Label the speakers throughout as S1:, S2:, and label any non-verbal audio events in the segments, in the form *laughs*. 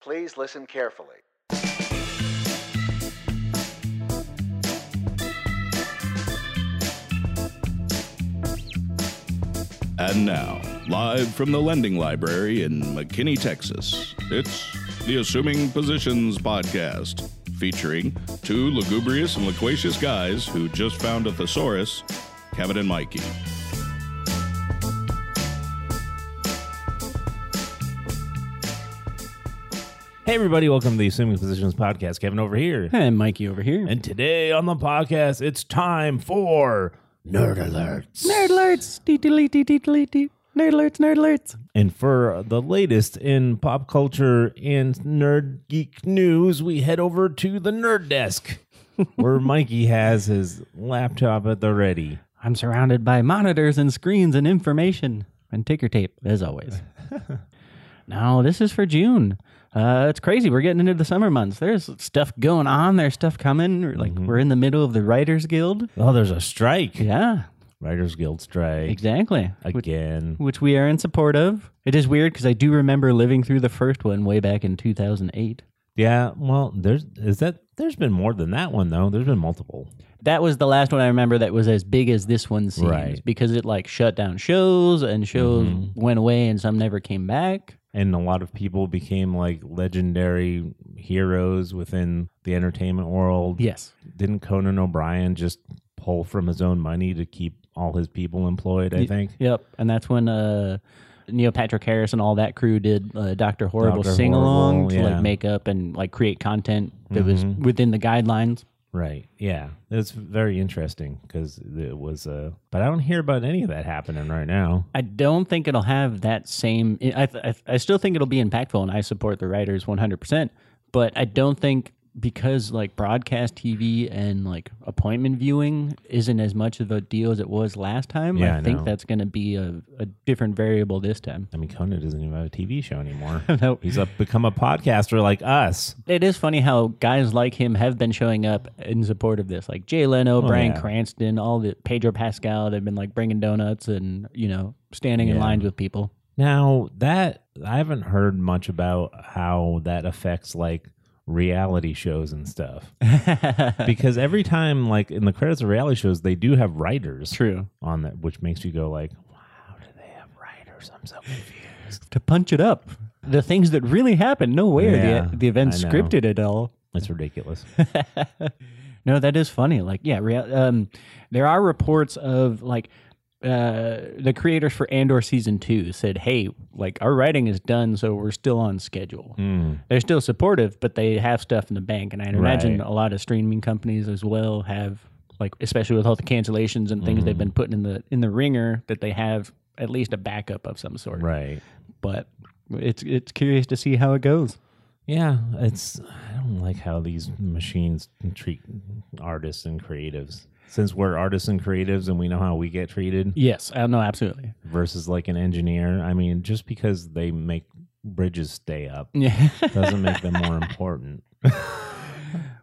S1: Please listen carefully.
S2: And now, live from the Lending Library in McKinney, Texas, it's the Assuming Positions podcast, featuring two lugubrious and loquacious guys who just found a thesaurus, Kevin and Mikey.
S3: Hey, everybody, welcome to the Assuming Positions Podcast. Kevin over here.
S4: And Mikey over here.
S3: And today on the podcast, it's time for Nerd Alerts.
S4: nerd alerts. Dee dee dee dee dee dee. Nerd alerts. Nerd alerts.
S3: And for the latest in pop culture and nerd geek news, we head over to the Nerd Desk, where Mikey has his laptop at the ready.
S4: I'm surrounded by monitors and screens and information and ticker tape, as *laughs* always. now, this is for June. Uh, it's crazy. We're getting into the summer months. There's stuff going on. There's stuff coming. We're Like we're in the middle of the Writers Guild.
S3: Oh, there's a strike.
S4: Yeah,
S3: Writers Guild strike.
S4: exactly. Which,
S3: Again.
S4: which we are in support of. It is weird because I do remember living through the first one way back in 2008.
S3: Yeah, well, there's is that there's been more than that one though. There's been multiple.
S4: that was the last one I remember that was as big as this one seems
S3: Right. Mm-hmm.
S4: because it like shut down shows and shows went away and some never came back.
S3: and a lot of people became like legendary heroes within the entertainment world.
S4: Yes.
S3: Didn't Conan O'Brien just pull from his own money to keep all his people employed? I think.
S4: Yep. And that's when uh Neil Patrick Harris and all that crew did uh, Doctor Horrible
S3: Dr.
S4: sing along
S3: Horrible,
S4: to
S3: yeah. Mm-hmm.
S4: like make up and like create content that was within the guidelines.
S3: Right. Yeah. It's very interesting because it was. Uh, but I don't hear about any of that happening right now.
S4: I don't think it'll have that same. I, I, I still think it'll be impactful, and I support the writers 100%. But I don't think because like broadcast TV and like appointment viewing isn't as much of a deal as it was last time,
S3: Yeah, I
S4: I think
S3: know.
S4: that's going to be a, a different variable this time.
S3: I mean, Conan doesn't even have a TV show anymore.
S4: No.
S3: He's a, become a podcaster like us.
S4: It is funny how guys like him have been showing up in support of this, like Jay Leno, Brian
S3: Oh, yeah.
S4: Cranston, all the Pedro Pascal. They've been like bringing donuts and you know standing in
S3: Yeah.
S4: lines with people.
S3: Now that I haven't heard much about how that affects like reality shows and stuff. because every time like in the credits of reality shows they do have writers
S4: True.
S3: on that which makes you go like, Wow, do they have writers? I'm so confused.
S4: to punch it up. The things that really happened, no way
S3: Yeah,
S4: are the, the event
S3: I know.
S4: scripted at all. *laughs*
S3: It's ridiculous.
S4: No, that is funny. Like, yeah, rea- um, there are reports of like uh, the creators for Andor season two said, "Hey, like our writing is done, so we're still on schedule.
S3: Mm. Hmm,
S4: They're still supportive, but they have stuff in the bank, and I imagine
S3: Right.
S4: a lot of streaming companies as well have like, especially with all the cancellations and things
S3: Mm.
S4: they've been putting in the in the ringer, that they have at least a backup of some sort.
S3: right.
S4: But it's it's curious to see how it goes.
S3: Yeah, it's I don't like how these machines treat artists and creatives. Since we're artists and creatives and we know how we get treated.
S4: Yes, uh, no, absolutely.
S3: versus like an engineer. I mean, just because they make bridges stay
S4: *laughs*
S3: up
S4: Yeah.
S3: doesn't make them more important.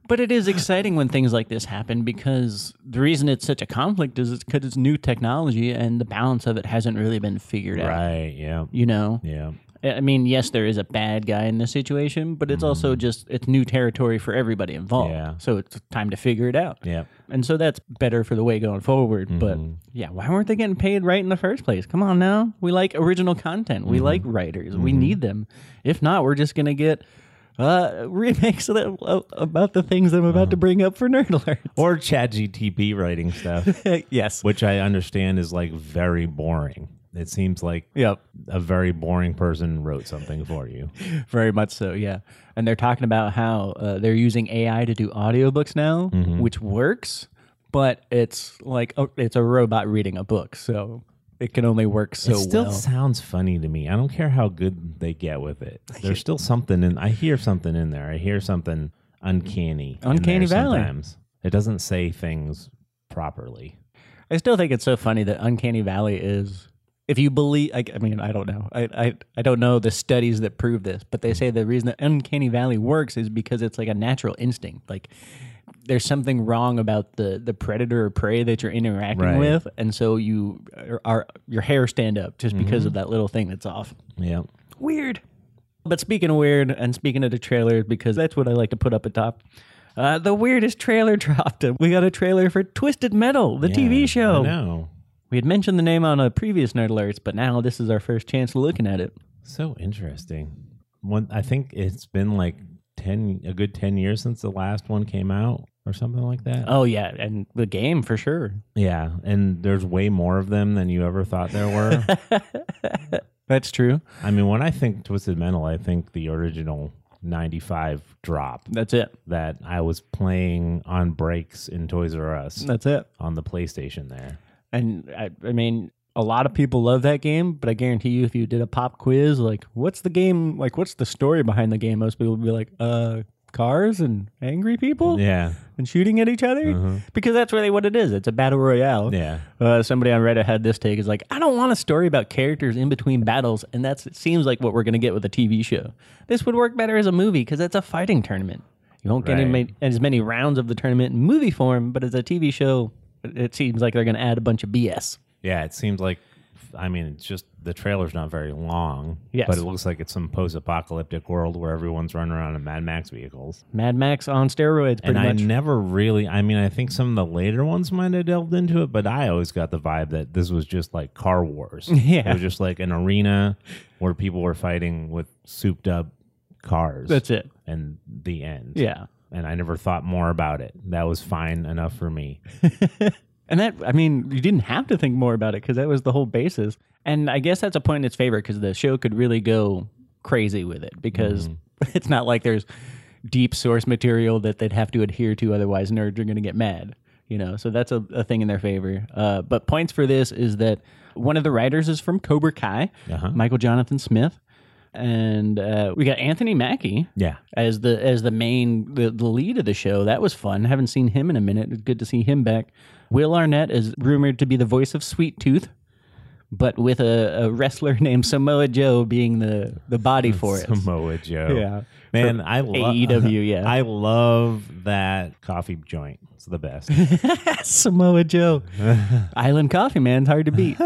S4: but it is exciting when things like this happen because the reason it's such a conflict is it's because it's new technology and the balance of it hasn't really been figured out.
S3: Right. Yeah.
S4: You know,
S3: Yeah.
S4: I mean, yes, there is a bad guy in this situation, but it's also just it's new territory for everybody involved.
S3: Yeah.
S4: So it's time to figure it out. *laughs*
S3: Yeah.
S4: And so that's better for the way going forward. But
S3: Mm-hmm.
S4: yeah, why weren't they getting paid right in the first place? Come on now. We like original content.
S3: Mm-hmm.
S4: We like writers. We need them. If not, we're just going to get uh, remakes of the, uh, about the things I'm
S3: Uh-huh.
S4: about to bring up for Nerd Alert. *laughs*
S3: Or chat GTP writing stuff,
S4: yes.
S3: which I understand is like very boring. It seems like
S4: Yep.
S3: a very boring person wrote something for
S4: *laughs*
S3: you.
S4: Very much so. Yeah. And they're talking about how uh, they're using AI to do audiobooks now,
S3: Mm-hmm.
S4: which works, but it's like a, it's a robot reading a book. So it can only work so
S3: It still
S4: Oh, well.
S3: sounds funny to me. I don't care how good they get with it.
S4: *laughs*
S3: There's still something in I hear something in there. I hear something uncanny. in there
S4: Uncanny valley.
S3: sometimes. It doesn't say things properly.
S4: I still think it's so funny that Uncanny Valley is. If you believe, I, I mean, I don't know. I, I I don't know the studies that prove this, but they say the reason that Uncanny Valley works is because it's like a natural instinct. Like there's something wrong about the the predator or prey that you're interacting
S3: Right.
S4: with, and so you are, are your hair stand up just because of that little thing that's off.
S3: Yeah.
S4: Weird. But speaking of weird and speaking of the trailers, because that's what I like to put up at top. Uh, the weirdest trailer *laughs* dropped. We got a trailer for Twisted Metal, the TV show.
S3: No.
S4: We had mentioned the name on a previous Nerd Alerts, but now this is our first chance looking at it.
S3: So interesting. One, I think it's been like ten, a good ten years since the last one came out, or something like that.
S4: Oh yeah, and the game for sure.
S3: Yeah, and there's way more of them than you ever thought there
S4: *laughs*
S3: were.
S4: That's true.
S3: I mean, when I think Twisted Metal, I think the original '95 drop
S4: That's it.
S3: that I was playing on breaks in Toys R Us
S4: That's it.
S3: on the PlayStation.
S4: *laughs*
S3: There,
S4: And I, I mean, a lot of people love that game, but I guarantee you, if you did a pop quiz, like, what's the game? Like, what's the story behind the game? Most people would be like, uh, cars and angry people
S3: yeah,
S4: and shooting at each other because that's really what it is. It's a battle royale.
S3: yeah.
S4: Uh, somebody on Reddit had this take is like, I don't want a story about characters in between battles, and that's it seems like what we're gonna get with a TV show. This would work better as a movie because it's a fighting tournament. You won't get any
S3: Right.
S4: ma- as many rounds of the tournament in movie form, but as a TV show, it seems like they're gonna add a bunch of BS.
S3: Yeah, it seems like. I mean, it's just the trailer's not very long,
S4: Yes.
S3: but it looks like it's some post-apocalyptic world where everyone's running around in Mad Max vehicles.
S4: Mad Max on steroids,
S3: And
S4: pretty
S3: I
S4: much.
S3: never really. I mean, I think some of the later ones might have delved into it, but I always got the vibe that this was just like Car Wars.
S4: *laughs* Yeah.
S3: it was just like an arena where people were fighting with souped-up cars.
S4: that's it.
S3: and the end.
S4: Yeah.
S3: and I never thought more about it. That was fine enough for me.
S4: And that, I mean, you didn't have to think more about it because that was the whole basis. And I guess that's a point in its favor because the show could really go crazy with it because *laughs* it's not like there's deep source material that they'd have to adhere to. Otherwise, nerds are going to get mad, you know? So that's a, a thing in their favor. Uh, but points for this is that one of the writers is from Cobra Kai, Michael Jonathan Smith. And uh, we got Anthony Mackie
S3: Yeah,
S4: as the as the main the, the lead of the show. That was fun. Haven't seen him in a minute. It's good to see him back. Will Arnett is rumored to be the voice of Sweet Tooth, but with a, a wrestler *laughs* named Samoa Joe being the the body for
S3: *laughs*
S4: it.
S3: Samoa Joe.
S4: Yeah. E
S3: man, I love *laughs*
S4: AEW, yeah.
S3: I love that coffee joint. It's the best.
S4: Samoa Joe, *laughs* Island Coffee man, it's hard to beat.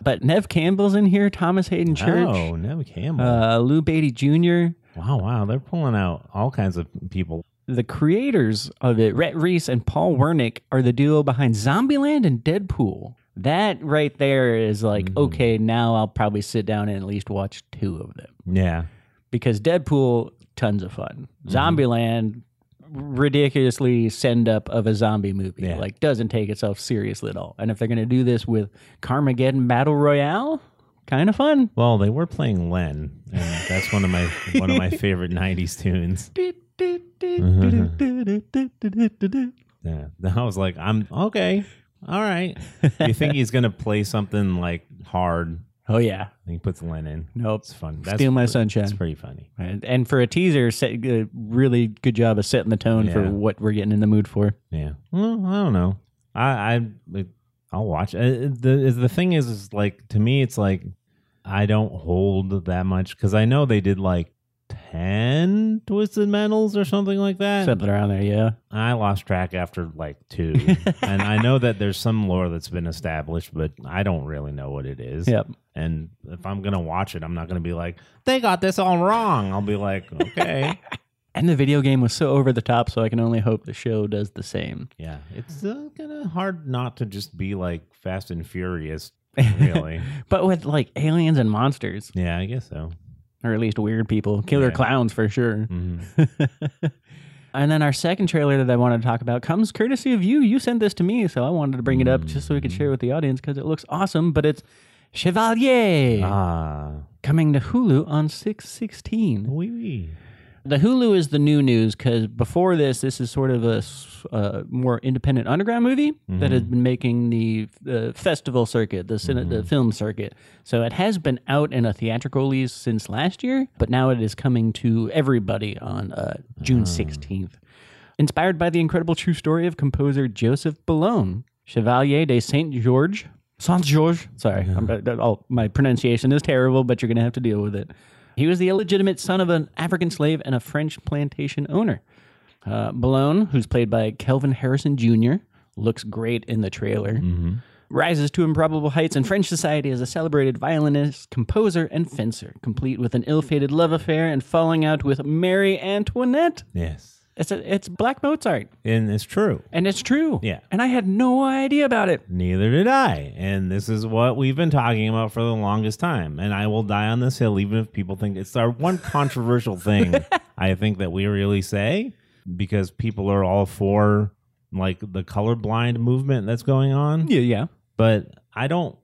S4: but Nev Campbell's in here. Thomas Hayden *laughs* Church,
S3: Oh, Nev Campbell.
S4: uh, Lou Beatty Jr.
S3: wow, wow, they're pulling out all kinds of people.
S4: The creators of it, Rhett Reese and Paul Wernick, are the duo behind Zombieland and Deadpool. That right there is like, okay, now I'll probably sit down and at least watch two of them
S3: Yeah,
S4: because Deadpool, tons of fun. Zombieland, ridiculously send up of a zombie movie.
S3: Yeah.
S4: Like, doesn't take itself seriously at all. And if they're going to do this with Carmageddon Battle Royale, kind of fun.
S3: Well, they were playing Len, and that's one of my one
S4: *laughs*
S3: of my favorite '90s tunes. Yeah. *laughs* I was like, I'm okay, all right. You think he's gonna play something like hard? And
S4: Oh, yeah.
S3: he puts Len in.
S4: Nope.
S3: It's fun. That's
S4: Steal my
S3: pre-
S4: sunshine.
S3: That's pretty funny.
S4: And, and for a teaser, set, uh, really good job of setting the tone for
S3: Yeah.
S4: what we're getting in the mood for.
S3: Yeah. Well, I don't know. I I I'll watch. Uh, The is the thing is is like to me it's like I don't hold that much because I know they did like ten twisted metals or something like that.
S4: Something around there, yeah.
S3: I lost track after like two, and I know that there's some lore that's been established, but I don't really know what it is.
S4: Yep.
S3: And if I'm gonna watch it, I'm not gonna be like they got this all wrong. I'll be like, okay,
S4: And the video game was so over the top, so I can only hope the show does the same.
S3: yeah. It's uh, kind of hard not to just be like Fast and Furious, *laughs* really.
S4: But with like aliens and monsters,
S3: yeah, I guess so.
S4: or at least weird people, killer
S3: Yeah.
S4: clowns for sure.
S3: Mhm.
S4: and then our second trailer that I wanted to talk about comes courtesy of you. You sent this to me, so I wanted to bring it
S3: Mm.
S4: up just so we could share with the audience because it looks awesome. But it's Chevalier
S3: Ah,
S4: coming to Hulu on six sixteen.
S3: wee wee.
S4: The Hulu is the new news because before this, this is sort of a s- uh, more independent underground movie that has been making the uh, festival circuit, the, cine- the film circuit. So it has been out in a theatrical release since last year, but now it is coming to everybody on uh, June 16th. Inspired by the incredible true story of composer Joseph Boulogne, Chevalier de Saint Georges. Saint Georges. Sorry, I'm, I'll, my pronunciation is terrible, but you're going to have to deal with it. He was the illegitimate son of an African slave and a French plantation owner. Uh, Balone, who's played by Kelvin Harrison Jr., looks great in the trailer. rises to improbable heights in French society as a celebrated violinist, composer, and fencer, complete with an ill-fated love affair and falling out with Marie Antoinette.
S3: Yes.
S4: It's a, it's Black Mozart,
S3: And it's true.
S4: and it's true.
S3: Yeah.
S4: and I had no idea about it.
S3: Neither did I. And this is what we've been talking about for the longest time. And I will die on this hill, even if people think it's our one controversial *laughs* thing I think that we really say because people are all for like the colorblind movement that's going on.
S4: Yeah, yeah.
S3: But I don't,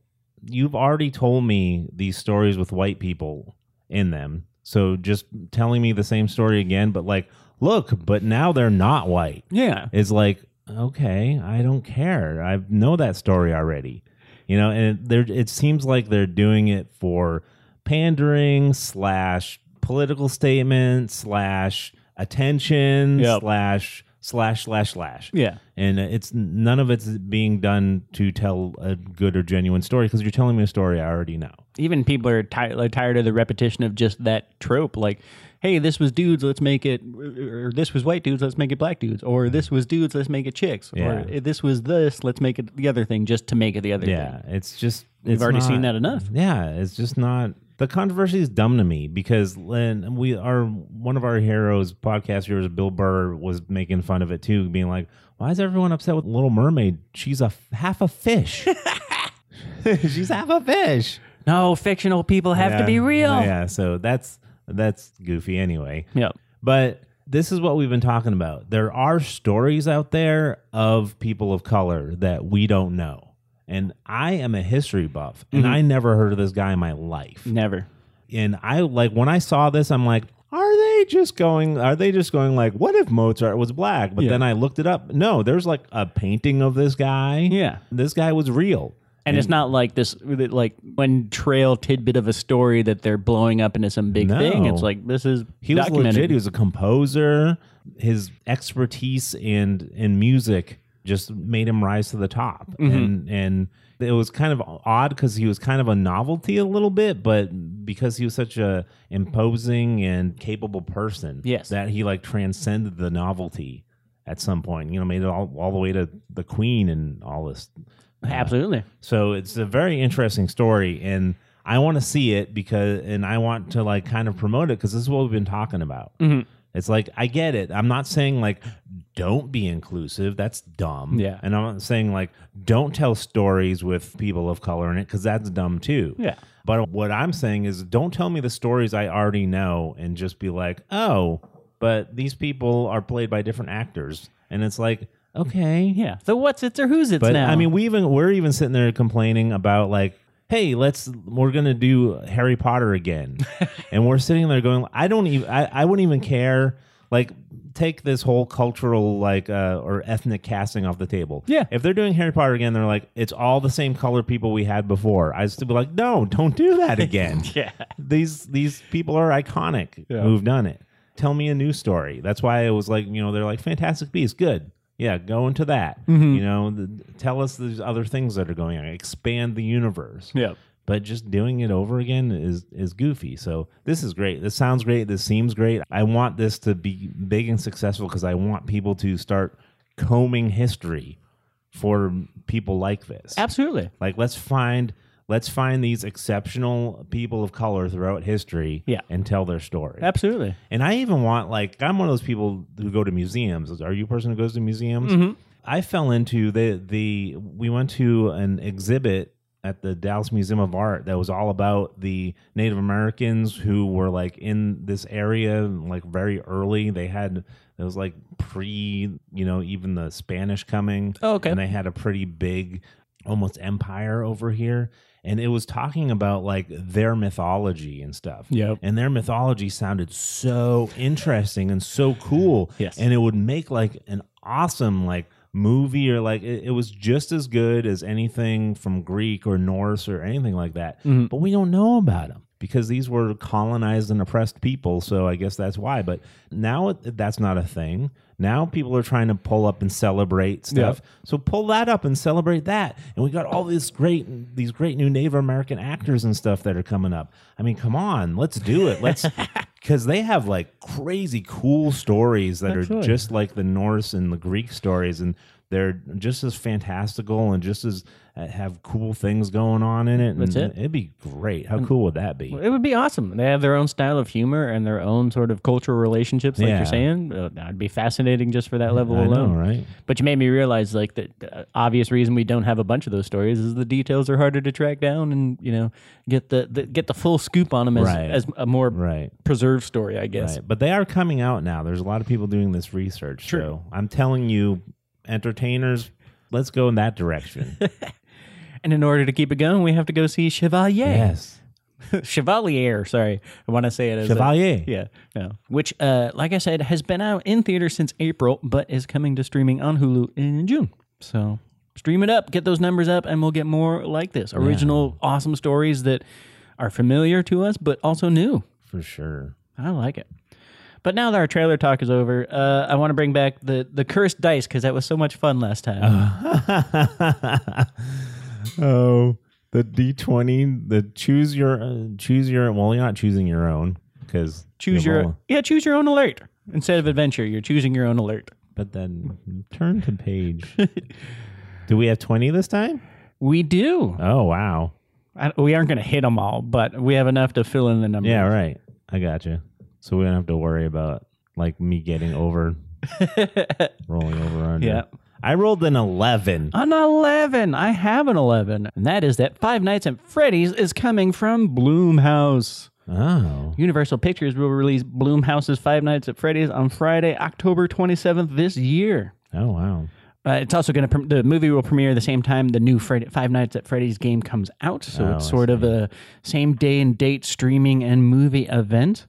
S3: you've already told me these stories with white people in them. So just telling me the same story again, but like, look, but now they're not white
S4: Yeah.
S3: is like, okay, I don't care. I know that story already. You know, and there it seems like they're doing it for pandering slash political statement slash attention
S4: Yep.
S3: slash slash slash slash.
S4: Yeah.
S3: And it's none of it's being done to tell a good or genuine story because you're telling me a story I already know.
S4: Even people are tired like, tired of the repetition of just that trope like hey, this was dudes, let's make it or this was white dudes, let's make it black dudes or this was dudes, let's make it chicks
S3: Yeah.
S4: or eh, this was this, let's make it the other thing just to make it the other thing.
S3: Yeah, it's just
S4: We've
S3: it's
S4: already
S3: not-
S4: seen that enough.
S3: Yeah, it's just not the controversy is dumb to me because Lynn, we are one of our heroes, podcast viewers, Bill Burr was making fun of it too, being like, "Why is everyone upset with Little Mermaid? She's a f- half a
S4: *laughs*
S3: fish. *laughs* She's half a fish.
S4: No, fictional people have to
S3: Yeah.
S4: be real.
S3: Yeah, so that's that's goofy anyway.
S4: Yep.
S3: But this is what we've been talking about. There are stories out there of people of color that we don't know. And I am a history buff, and
S4: Mm-hmm.
S3: I never heard of this guy in my life.
S4: Never.
S3: And I like when I saw this, I'm like, are they just going? Are they just going like, what if Mozart was black? But
S4: Yeah.
S3: then I looked it up. No, there's like a painting of this guy.
S4: Yeah.
S3: this guy was real.
S4: And it's not like this, that, like one trail tidbit of a story that they're blowing up into some big
S3: No.
S4: thing. It's like this is
S3: He was
S4: documented.
S3: legit. He was a composer. His expertise in in music just made him rise to the top,
S4: Mm-hmm.
S3: and and it was kind of odd because he was kind of a novelty a little bit, but because he was such a imposing and capable person,
S4: Yes.
S3: that he like transcended the novelty at some point. You know, made it all all the way to the Queen and all this
S4: Absolutely.
S3: so it's a very interesting story, and I want to see it because, and I want to like kind of promote it because this is what we've been talking about.
S4: Mm-hmm.
S3: It's like I get it. I'm not saying like don't be inclusive. That's dumb.
S4: Yeah.
S3: And I'm not saying like don't tell stories with people of color in it because that's dumb too.
S4: Yeah.
S3: But what I'm saying is don't tell me the stories I already know and just be like, oh, but these people are played by different actors, and it's like okay,
S4: Yeah. So what's it's or who's it's
S3: but
S4: now?
S3: I mean, we even we're even sitting there complaining about like, hey, let's we're gonna do Harry Potter
S4: *laughs*
S3: again, and we're sitting there going, I don't even, I, I wouldn't even care. Like, take this whole cultural like uh, or ethnic casting off the table.
S4: Yeah.
S3: if they're doing Harry Potter again, they're like, it's all the same color people we had before. I'd still be like, no, don't do that
S4: *laughs*
S3: again.
S4: *laughs* yeah.
S3: these these people are iconic who've done it. Tell me a new story. That's why it was like you know they're like Fantastic Beasts, good. Yeah, go into that. You know, the, tell us these other things that are going on. Expand the universe.
S4: Yep.
S3: But just doing it over again is is goofy. So this is great. This sounds great. This seems great. I want this to be big and successful because I want people to start combing history for people like this.
S4: Absolutely.
S3: Like let's find let's find these exceptional people of color throughout history
S4: Yeah.
S3: and tell their story.
S4: Absolutely.
S3: And I even want like I'm one of those people who go to museums. Are you a person who goes to museums?
S4: Mm-hmm.
S3: I fell into the the we went to an exhibit at the Dallas Museum of Art that was all about the Native Americans who were like in this area like very early. They had it was like pre, you know, even the Spanish coming.
S4: Oh, okay.
S3: And they had a pretty big almost empire over here. And it was talking about like their mythology and stuff
S4: Yep.
S3: and their mythology sounded so interesting and so cool.
S4: Yes.
S3: And it would make like an awesome like movie or like it, it was just as good as anything from Greek or Norse or anything like that.
S4: Mm-hmm.
S3: But we don't know about them because these were colonized and oppressed people. So I guess that's why. But now it, that's not a thing. Now people are trying to pull up and celebrate stuff. So pull that up and celebrate that. And we got all these great these great new Native American actors and stuff that are coming up. I mean, come on, let's do it.
S4: *laughs*
S3: Let's because they have like crazy cool stories that are just like the Norse and the Greek stories and They're just as fantastical and just as uh, have cool things going on in it. And
S4: That's it.
S3: It'd be great. How cool would that be?
S4: It would be awesome. They have their own style of humor and their own sort of cultural relationships, like
S3: Yeah.
S4: you're saying. Uh, That'd be fascinating just for that level
S3: I
S4: alone,
S3: know, right?
S4: But you made me realize, like, that the obvious reason we don't have a bunch of those stories is the details are harder to track down and you know get the, the get the full scoop on them as,
S3: Right.
S4: as a more
S3: Right.
S4: preserved story, I guess.
S3: Right. But they are coming out now. There's a lot of people doing this research. So I'm telling you, entertainers, let's go in that direction.
S4: And in order to keep it going, we have to go see Chevalier.
S3: *laughs* yes.
S4: *laughs* Chevalier, sorry. I want to say it as a-
S3: Chevalier.
S4: yeah, no. Which, uh, like I said, has been out in theater since April, but is coming to streaming on Hulu in June. So stream it up, get those numbers up, and we'll get more like this original, awesome stories that are familiar to us, but also new.
S3: For sure.
S4: I like it. But now that our trailer talk is over, uh, I want to bring back the, the cursed dice because that was so much fun last time.
S3: *laughs* oh, the D twenty, the choose your uh, choose your. Well, you're not choosing your own because
S4: choose your yeah, choose your own alert instead of adventure. You're choosing your own alert.
S3: But then turn to page. *laughs* Do we have twenty this time?
S4: We do.
S3: Oh wow!
S4: I, we aren't going to hit them all, but we have enough to fill in the numbers.
S3: Yeah, right. I got you. So we don't have to worry about like me getting
S4: *laughs*
S3: over, rolling over under.
S4: Yeah. Uh.
S3: I rolled an eleven.
S4: An 11. I have an 11. And that is that Five Nights at Freddy's is coming from Bloomhouse.
S3: Oh,
S4: Universal Pictures will release Bloomhouse's Five Nights at Freddy's on Friday, October 27th this year.
S3: oh wow!
S4: Uh, it's also going to pre- the movie will premiere the same time the new Fred- Five Nights at Freddy's game comes out, so
S3: Oh, I
S4: it's sort of a same day and date streaming and movie event.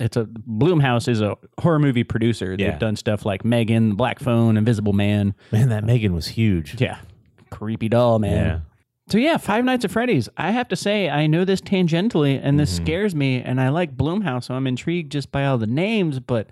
S4: It's a Bloomhouse is a horror movie producer.
S3: Hmm. Yeah.
S4: They've done stuff like Megan, Black Phone, Invisible Man.
S3: Man, that Megan was huge.
S4: Yeah, creepy doll man.
S3: Yeah.
S4: So yeah, Five Nights at Freddy's. I have to say, I know this tangentially, and this
S3: Mm-hmm.
S4: scares me. And I like Bloomhouse, so I'm intrigued just by all the names. But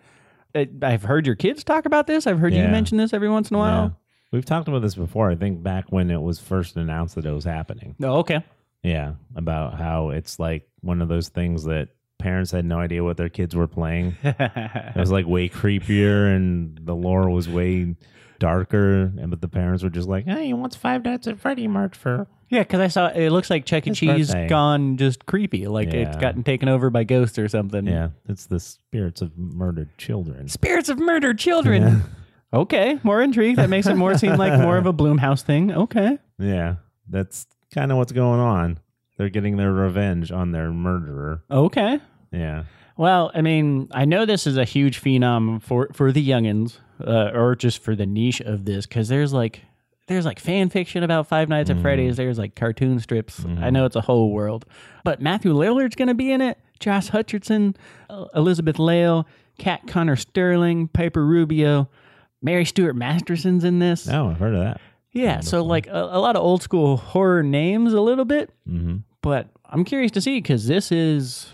S4: I- I've heard your kids talk about this. I've heard
S3: Yeah.
S4: you mention this every once in a
S3: Yeah.
S4: while.
S3: We've talked about this before. I think back when it was first announced that it was happening.
S4: No, Oh, okay. *laughs*
S3: Yeah, about how it's like one of those things that parents had no idea what their kids were playing. it was like way creepier, and the lore was way darker. And but the parents were just like, "Hey, what's Five Nights at Freddy merch for?"
S4: Yeah, because I saw it looks like Chuck E.
S3: His
S4: Cheese
S3: birthday.
S4: gone just creepy. Like it's
S3: Yeah.
S4: gotten taken over by ghosts or something.
S3: Yeah, it's the spirits of murdered children.
S4: Spirits of murdered children. Okay, more intrigue. That makes it more seem like more of a Bloomhouse thing. Okay.
S3: Yeah, that's kind of what's going on. They're getting their revenge on their murderer.
S4: Okay.
S3: Yeah,
S4: Well, I mean, I know this is a huge phenom for for the youngins, uh, or just for the niche of this, because there's like there's like fan fiction about Five Nights at Freddy's. There's like cartoon strips. I know it's a whole world, but Matthew Lillard's gonna be in it. Josh Hutcherson, uh, Elizabeth Lale, Kat Connor Sterling, Piper Rubio, Mary Stuart Masterson's in this.
S3: oh, I've heard of that.
S4: Yeah, so like a, a lot of old school horror names, a little bit
S3: hmm
S4: but I'm curious to see because this is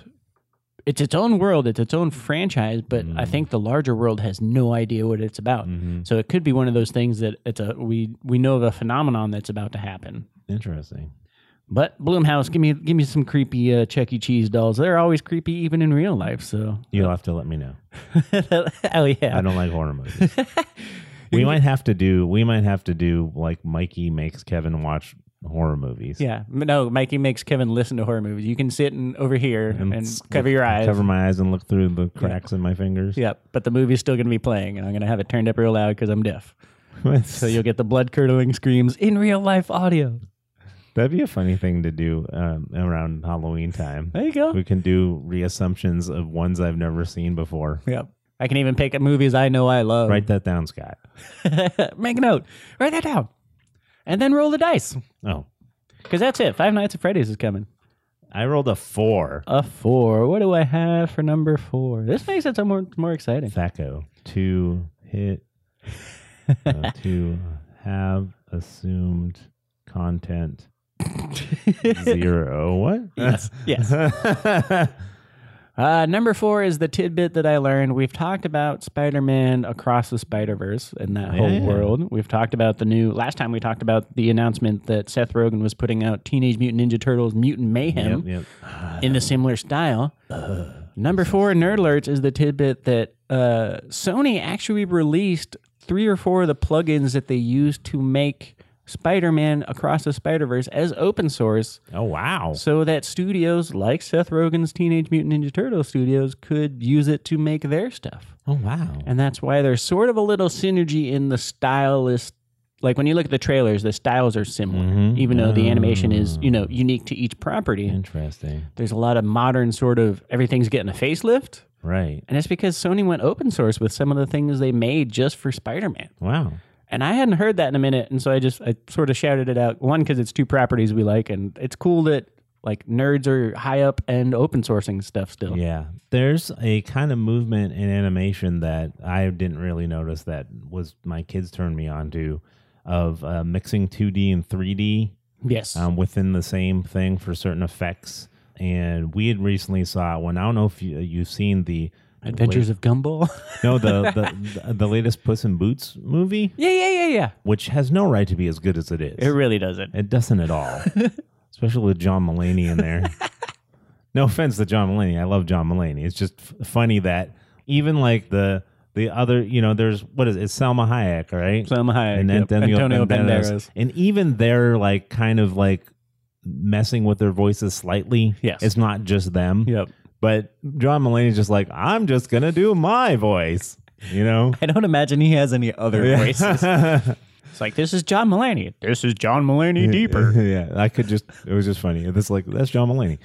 S4: it's its own world, it's its own franchise, but
S3: Mm-hmm.
S4: I think the larger world has no idea what it's about. So it could be one of those things that it's a we we know of a phenomenon that's about to happen.
S3: Interesting.
S4: But Bloomhouse, give me give me some creepy uh, Chuck E. Cheese dolls. They're always creepy, even in real life. So *laughs*
S3: You'll have to let me know.
S4: oh
S3: I
S4: yeah,
S3: don't like horror movies. we might have to do. We might have to do like Mikey makes Kevin watch horror movies.
S4: yeah. No, Mikey makes Kevin listen to horror movies. You can sit and over here and,
S3: s-
S4: cover your eyes.
S3: Cover my eyes and look through the cracks in my fingers.
S4: Yep, but the movie's still going to be playing, and I'm going to have it turned up real loud because I'm deaf. So you'll get the blood curdling screams in real life audio.
S3: *laughs* That'd be a funny thing to do um, around Halloween time.
S4: There you go.
S3: We can do reassumptions of ones I've never seen before.
S4: Yep. I can even pick up movies I know I love.
S3: Write that down, Scott.
S4: *laughs* Make a note. Write that down. And then roll the dice.
S3: Oh,
S4: Because that's it. Five Nights at Freddy's is coming.
S3: I rolled a four.
S4: A four. What do I have for number four? This makes it so more, more exciting.
S3: Thaco to hit
S4: *laughs*
S3: uh, to have assumed
S4: *laughs*
S3: content zero. What? *laughs*
S4: Yes. Yes. Uh, number four is the tidbit that I learned. We've talked about Spider Man across the Spider Verse and that whole
S3: Yeah.
S4: world. We've talked about the new, last time we talked about the announcement that Seth Rogen was putting out Teenage Mutant Ninja Turtles Mutant Mayhem
S3: Yep, yep.
S4: in the similar style. Number four, Nerd Alerts, is the tidbit that uh, Sony actually released three or four of the plugins that they use to make Spider-Man Across the Spider-Verse as open source
S3: Oh wow.
S4: so that studios like Seth Rogen's Teenage Mutant Ninja Turtle studios could use it to make their stuff.
S3: Oh wow.
S4: And that's why there's sort of a little synergy in the stylist. Like when you look at the trailers, the styles are similar,
S3: Mhm.
S4: even though the animation is, you know, unique to each property.
S3: Interesting.
S4: There's a lot of modern sort of everything's getting a facelift.
S3: Right.
S4: And that's because Sony went open source with some of the things they made just for Spider Man.
S3: Wow.
S4: And I hadn't heard that in a minute. And so I just, I sort of shouted it out. One, because it's two properties we like. And it's cool that like nerds are high up and open sourcing stuff still.
S3: Yeah. There's a kind of movement in animation that I didn't really notice that was my kids turned me on to of uh, mixing 2D and 3D
S4: Yes.
S3: um, within the same thing for certain effects. And we had recently saw one. I don't know if you, uh, you've seen the
S4: Adventures of Gumball.
S3: *laughs*
S4: *laughs*
S3: no the, the the- the latest Puss in Boots movie,
S4: yeah, yeah, yeah, yeah.
S3: which has no right to be as good as it is.
S4: It really doesn't.
S3: It doesn't at
S4: *laughs*
S3: all. Especially with John Mulaney in there. no offense to John Mulaney. I love John Mulaney. It's just f- funny that even like the the other, you know, there's what is it? It's Selma Hayek, right?
S4: Selma Hayek,
S3: and then,
S4: yep.
S3: then you-
S4: Antonio
S3: and then there's-
S4: Banderas.
S3: And even they're like kind of like messing with their voices slightly.
S4: Yes.
S3: It's not just them.
S4: Yep.
S3: But John Mulaney's just like, I'm just gonna do my voice. You know?
S4: *laughs* I don't imagine he has any other voices. *laughs* It's like, this is John Mulaney. This is John Mulaney deeper.
S3: *laughs*
S4: *laughs*
S3: yeah, I could just. It was just funny. It's like that's John Mulaney.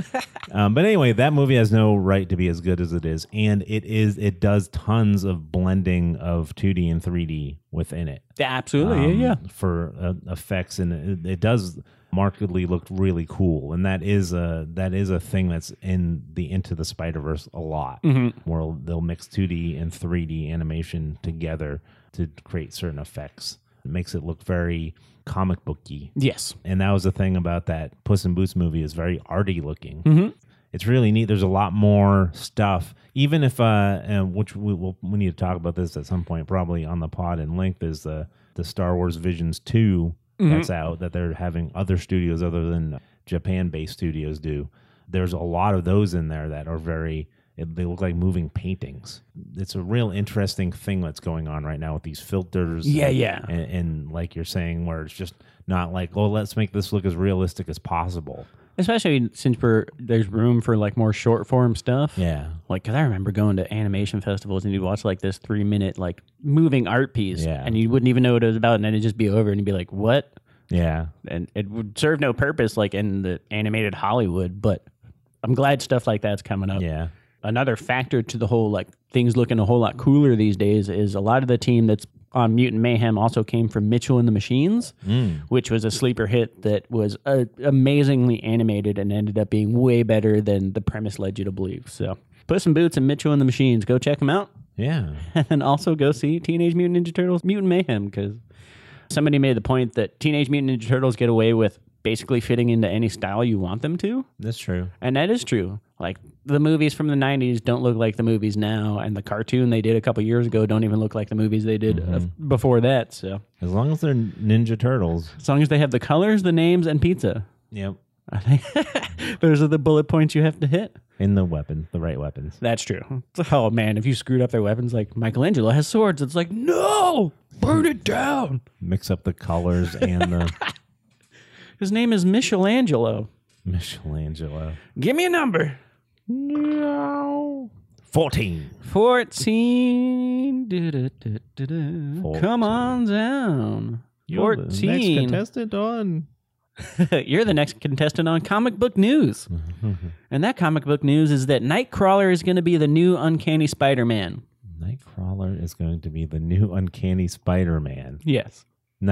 S3: um, but anyway, that movie has no right to be as good as it is, and it is. It does tons of blending of 2D and 3D within it.
S4: Absolutely.
S3: um,
S4: yeah, yeah.
S3: For uh, effects, and it, it does markedly look really cool. And that is a that is a thing that's in the Into the Spider Verse a lot,
S4: Mm-hmm.
S3: where they'll mix 2D and 3D animation together to create certain effects. It makes it look very comic booky
S4: Yes.
S3: and that was the thing about that Puss in Boots movie is very arty looking. It's really neat. There's a lot more stuff. Even if uh, uh which we will we need to talk about this at some point, probably on the pod in length is the the Star Wars Visions 2
S4: Mm-hmm.
S3: that's out that they're having other studios other than Japan based studios do. There's a lot of those in there that are very. They look like moving paintings. It's a real interesting thing that's going on right now with these filters.
S4: Yeah, yeah.
S3: And, and like you're saying, where it's just not like, oh, let's make this look as realistic as possible.
S4: Especially since we're, there's room for like more short form stuff.
S3: Yeah.
S4: Like, cause I remember going to animation festivals and you'd watch like this three minute like moving art piece,
S3: Yeah.
S4: and you wouldn't even know what it was about, and then it'd just be over, and you'd be like, "What?"
S3: Yeah.
S4: And it would serve no purpose, like in the animated Hollywood. But I'm glad stuff like that's coming up.
S3: Yeah.
S4: another factor to the whole like things looking a whole lot cooler these days is a lot of the team that's on Mutant Mayhem also came from Mitchell and the Machines, which was a sleeper hit that was uh, amazingly animated and ended up being way better than the premise led you to believe. So, Puss in Boots and Mitchell and the Machines, go check them out, *laughs*
S3: Yeah.
S4: and also go see Teenage Mutant Ninja Turtles: Mutant Mayhem because somebody made the point that Teenage Mutant Ninja Turtles get away with basically fitting into any style you want them to.
S3: *laughs* That's true.
S4: And that is true. Like the movies from the 90s don't look like the movies now, and the cartoon they did a couple years ago don't even look like the movies they did uh, before that. So,
S3: As long as they're Ninja Turtles.
S4: as long as they have the colors, the names, and pizza,
S3: Yep.
S4: I think those are the bullet points you have to hit.
S3: In the weapons, the right weapons.
S4: That's true. Oh man, if you screwed up their weapons, like Michelangelo has swords, it's like, no, burn it down.
S3: Mix up the colors and the *laughs*
S4: His name is Michelangelo.
S3: Michelangelo.
S4: Give me a number
S3: No. 14.
S4: 14. Du-du-du-du-du. Come on down. 14.
S3: contestant on.
S4: *laughs* You're the next contestant on comic book news. and that comic book news is that Nightcrawler is going to be the new Uncanny Spider Man.
S3: Nightcrawler is going to be the new Uncanny Spider Man.
S4: Yes.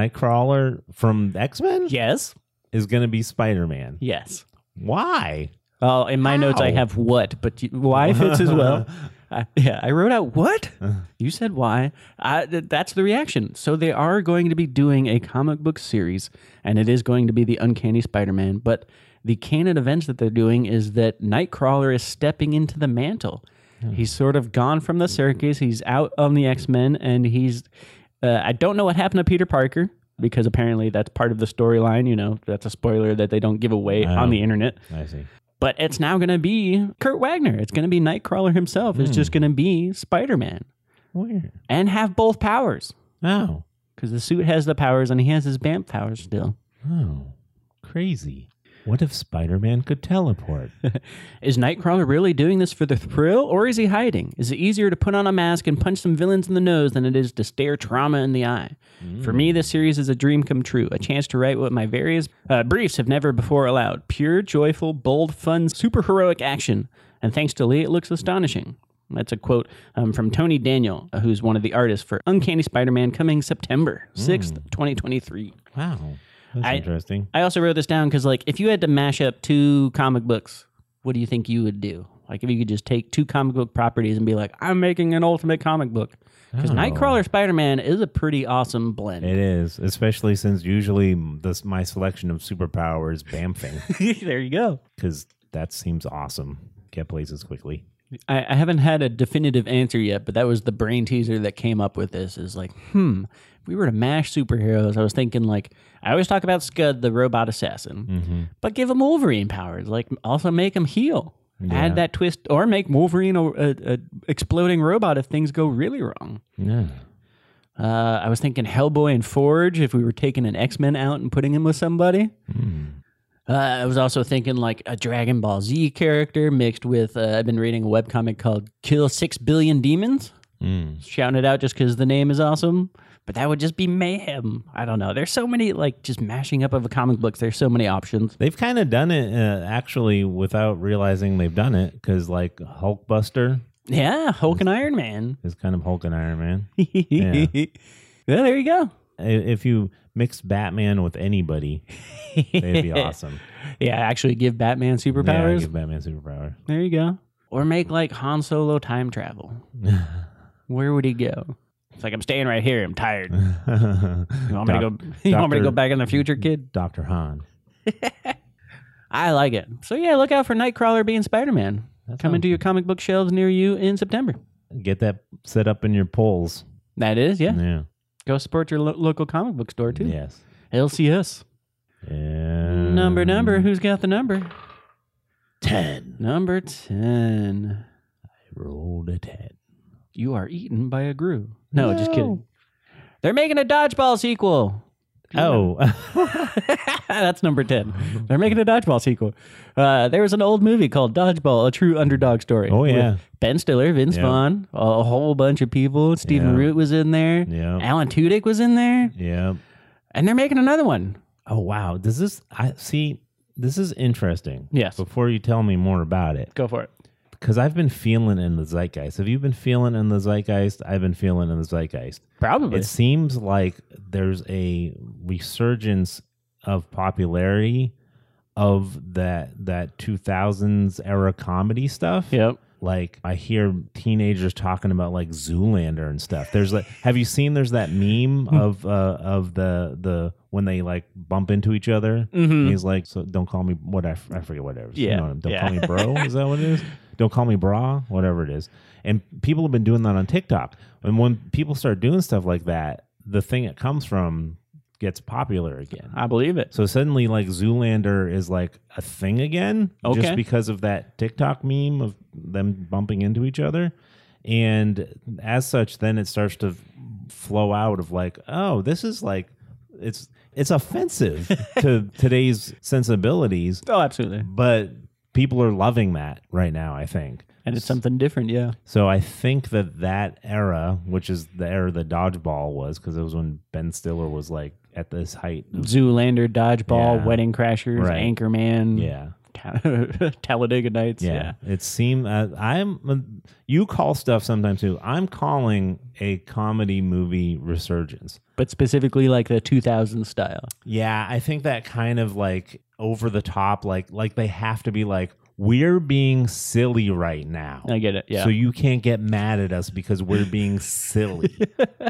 S3: Nightcrawler from X Men
S4: Yes.
S3: is going to be Spider Man.
S4: Yes.
S3: Why?
S4: Oh, in my notes, I
S3: How?
S4: have what, but you, why fits as well.
S3: *laughs*
S4: I, yeah, I wrote out what? You said why. I, th- that's the reaction. So they are going to be doing a comic book series, and it is going to be the Uncanny Spider Man. But the canon events that they're doing is that Nightcrawler is stepping into the mantle. He's sort of gone from the circus, he's out on the X Men, and he's. Uh, I don't know what happened to Peter Parker. Because apparently that's part of the storyline, you know, that's a spoiler that they don't give away on the internet
S3: I see.
S4: but it's now going to be Kurt Wagner. It's going to be Nightcrawler himself. It's just going to be Spider Man
S3: Where?
S4: and have both powers.
S3: Oh,
S4: because the suit has the powers and he has his vamp powers still.
S3: oh, crazy. What if Spider Man could teleport?
S4: Is Nightcrawler really doing this for the thrill or is he hiding? Is it easier to put on a mask and punch some villains in the nose than it is to stare trauma in the eye? For me, this series is a dream come true, a chance to write what my various uh, briefs have never before allowed pure, joyful, bold, fun, superheroic action. And thanks to Lee, it looks astonishing. That's a quote um, from Tony Daniel, uh, who's one of the artists for Uncanny Spider Man coming September 6th, 2023.
S3: Wow, that's
S4: I-
S3: interesting.
S4: I also wrote this down because, like, if you had to mash up two comic books, what do you think you would do? Like, if you could just take two comic book properties and be like, I'm making an ultimate comic book. Because
S3: Oh.
S4: Nightcrawler Spider Man is a pretty awesome blend.
S3: It is, especially since usually m- this my selection of superpower is
S4: *laughs*
S3: bamfing
S4: there you go.
S3: because that seems awesome. Get places quickly.
S4: I, I haven't had a definitive answer yet, but that was the brain teaser that came up with this is like, hmm, if we were to mash superheroes, I was thinking, like, I always talk about Scud, the robot assassin, but give him Wolverine powers. Like, also make him heal. Add that twist or make Wolverine a, a, a exploding robot if things go really wrong.
S3: Yeah.
S4: Uh, I was thinking Hellboy and Forge if we were taking an X Men out and putting him with somebody. Uh, I was also thinking like a Dragon Ball Z character mixed with. Uh, I've been reading a webcomic called Kill Six Billion Demons.
S3: Mm.
S4: Shouting it out just because the name is awesome, but that would just be mayhem. I don't know. There's so many like just mashing up of a comic books. There's so many options.
S3: They've kind of done it uh, actually without realizing they've done it because like Hulkbuster
S4: Yeah, Hulk and Iron Man.
S3: is kind of Hulk and Iron
S4: *laughs*
S3: Man.
S4: yeah, there you go.
S3: I- If you mix Batman with anybody, they'd
S4: *laughs*
S3: be awesome.
S4: Yeah, actually give Batman
S3: Yeah,
S4: superpowers.
S3: give Batman superpower.
S4: There you go. Or make like Han Solo
S3: *laughs*
S4: time travel. Where would he go? It's like I'm staying right here. I'm tired. You want me to go? *laughs* You want me to go
S3: Doctor-
S4: back in the future, kid?
S3: Doctor Han.
S4: I like it. So yeah, look out for Nightcrawler being Spider-Man
S3: That
S4: coming
S3: sounds-
S4: to your comic book shelves near you in September.
S3: Get that set up in your polls.
S4: That is, yeah.
S3: Yeah.
S4: Go support your lo- local comic book store too.
S3: Yes.
S4: LCS
S3: And
S4: number number. Who's got the number?
S3: ten.
S4: Number ten.
S3: Rolled a ten.
S4: You are eaten by a Gru. No, just
S3: No.
S4: kidding. They're making a dodgeball sequel.
S3: *laughs* Oh,
S4: *laughs* That's number 10. They're making a dodgeball sequel. Uh, there was an old movie called Dodgeball, a true underdog story.
S3: Oh, yeah.
S4: With Ben Stiller, Vince
S3: Yeah.
S4: Vaughn, a whole bunch of people. Stephen
S3: Yeah.
S4: Root was in there.
S3: Yeah.
S4: Alan Tudyk was in there.
S3: yeah.
S4: And they're making another one.
S3: Oh wow. Does this? I see. This is interesting.
S4: Yes.
S3: Before you tell me more about it,
S4: Go for it.
S3: because I've been feeling in the zeitgeist. Have you been feeling in the zeitgeist? I've been feeling in the zeitgeist.
S4: Probably.
S3: It seems like there's a resurgence of popularity of that that 2000s era comedy stuff.
S4: yep.
S3: Like I hear teenagers talking about like Zoolander and stuff. There's like, have you seen? There's that meme
S4: Hmm.
S3: of uh, of the the when they like bump into each other.
S4: Mhm.
S3: He's like, so don't call me what I, f- I forget whatever.
S4: Yeah.
S3: don't
S4: Yeah.
S3: call me bro.
S4: *laughs*
S3: Is that what it is? Don't call me bra. Whatever it is. And people have been doing that on TikTok. And when people start doing stuff like that, the thing it comes from gets popular again.
S4: I believe it.
S3: So suddenly, like Zoolander is like a thing again,
S4: Okay.
S3: just because of that TikTok meme of them bumping into each other, and as such, then it starts to flow out of like, oh, this is like, it's it's offensive to today's sensibilities,
S4: Oh, absolutely.
S3: but people are loving that right now. I think.
S4: And it's something different. Yeah.
S3: So I think that that era, which is the era the dodgeball was, because it was when Ben Stiller was like at this height. Of,
S4: Zoolander, Dodgeball,
S3: Yeah.
S4: Wedding Crashers,
S3: Right.
S4: Anchorman.
S3: yeah.
S4: *laughs* Talladega Nights.
S3: Yeah, it seemed uh, I'm you call stuff sometimes too. I'm calling a comedy movie resurgence.
S4: But specifically like the 2000 style.
S3: Yeah, I think that kind of like over the top, like like they have to be like we're being silly right now.
S4: I get it. Yeah.
S3: So you can't get mad at us because we're being *laughs* silly.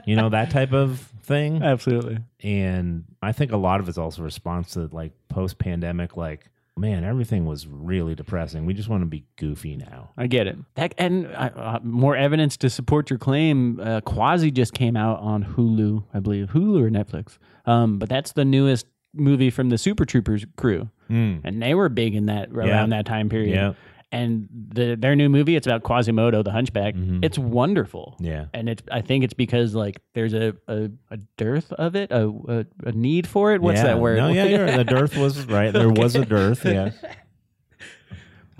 S3: you know that type of thing.
S4: Absolutely.
S3: and I think a lot of it's also a response to like post pandemic, like man, everything was really depressing. We just want to be goofy now.
S4: I get it. That and uh, uh, more evidence to support your claim. Uh, Quasi just came out on Hulu, I believe, Hulu or Netflix. Um, but that's the newest movie from the Super Troopers crew,
S3: Mm.
S4: and they were big in that around that time period.
S3: Yeah.
S4: And the, their new movie, it's about Quasimodo, the Hunchback.
S3: Mhm.
S4: It's wonderful.
S3: Yeah.
S4: And it's, I think it's because like there's a, a, a dearth of it, a, a, a need for it. What's
S3: Yeah.
S4: that word?
S3: No, yeah,
S4: *laughs*
S3: you're, the dearth was right. There was a
S4: Okay.
S3: dearth.
S4: *laughs*
S3: Yeah.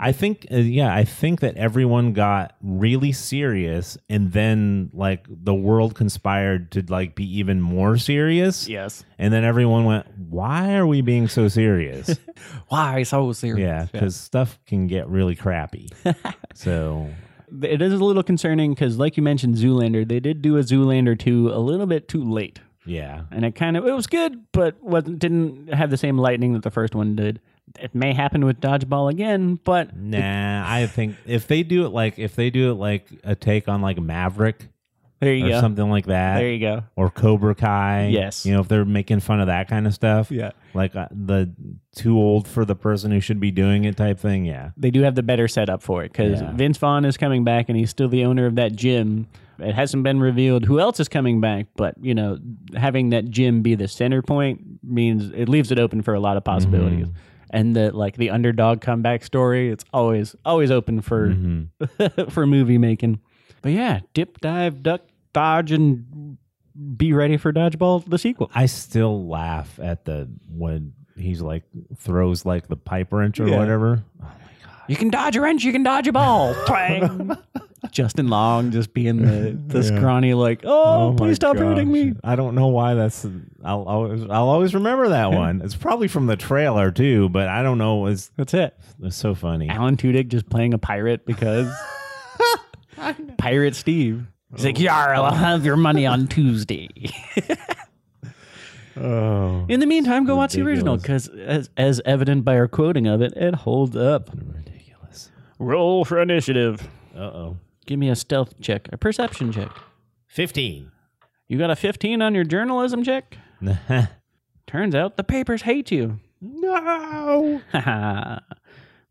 S3: I think, uh, yeah, I think that everyone got really serious, and then like the world conspired to like be even more serious,
S4: yes.
S3: and then everyone went, "Why are we being so serious?"
S4: *laughs* Why so serious?
S3: yeah, because stuff can get really
S4: *laughs*
S3: crappy. so
S4: It is a little concerning because, like you mentioned, Zoolander, they did do a Zoolander 2 a little bit too late.
S3: yeah,
S4: And it kind of, it was good, but wasn't, didn't have the same lightning that the first one did. It may happen with Dodgeball again, but
S3: nah, I think if they do it like if they do it like a take on like Maverick
S4: there
S3: or
S4: you go.
S3: something like that,
S4: There you go.
S3: or Cobra Kai.
S4: Yes.
S3: You know, if they're making fun of that kind of stuff.
S4: Yeah.
S3: Like uh, the too old for the person who should be doing it type thing. Yeah.
S4: They do have the better setup for it because
S3: Yeah.
S4: Vince Vaughn is coming back and he's still the owner of that gym. It hasn't been revealed who else is coming back, but you know, having that gym be the center point means it leaves it open for a lot of possibilities.
S3: Mm-hmm.
S4: And the like the underdog comeback story, it's always always open for
S3: Mhm.
S4: *laughs* for movie making. But yeah, dip, dive, duck, dodge, and be ready for dodgeball the sequel.
S3: I still laugh at the when he's like throws like the pipe wrench or
S4: Yeah.
S3: whatever.
S4: You can dodge a wrench, you can dodge a *laughs* ball. Twang. Justin Long just being the, the scrawny, like, oh,
S3: my
S4: please stop
S3: gosh.
S4: hurting me.
S3: I don't know why that's. I'll always, I'll always remember
S4: *laughs*
S3: that one. It's probably from the trailer too, but I don't know. It's,
S4: That's it.
S3: it's so funny.
S4: Alan Tudyk just playing a pirate *laughs* because Pirate Steve. He's like, Yarl, I'll have your money on *laughs* Tuesday.
S3: Oh,
S4: In the meantime, go watch the original
S3: Ridiculous.
S4: because, as, as evident by our quoting of it, it holds up.
S3: ridiculous.
S4: Roll for initiative.
S3: Uh oh.
S4: Give me a stealth check, a perception check.
S3: *laughs* Fifteen.
S4: You got a 15 on your journalism check? Turns out the papers hate you.
S3: no.
S4: *laughs*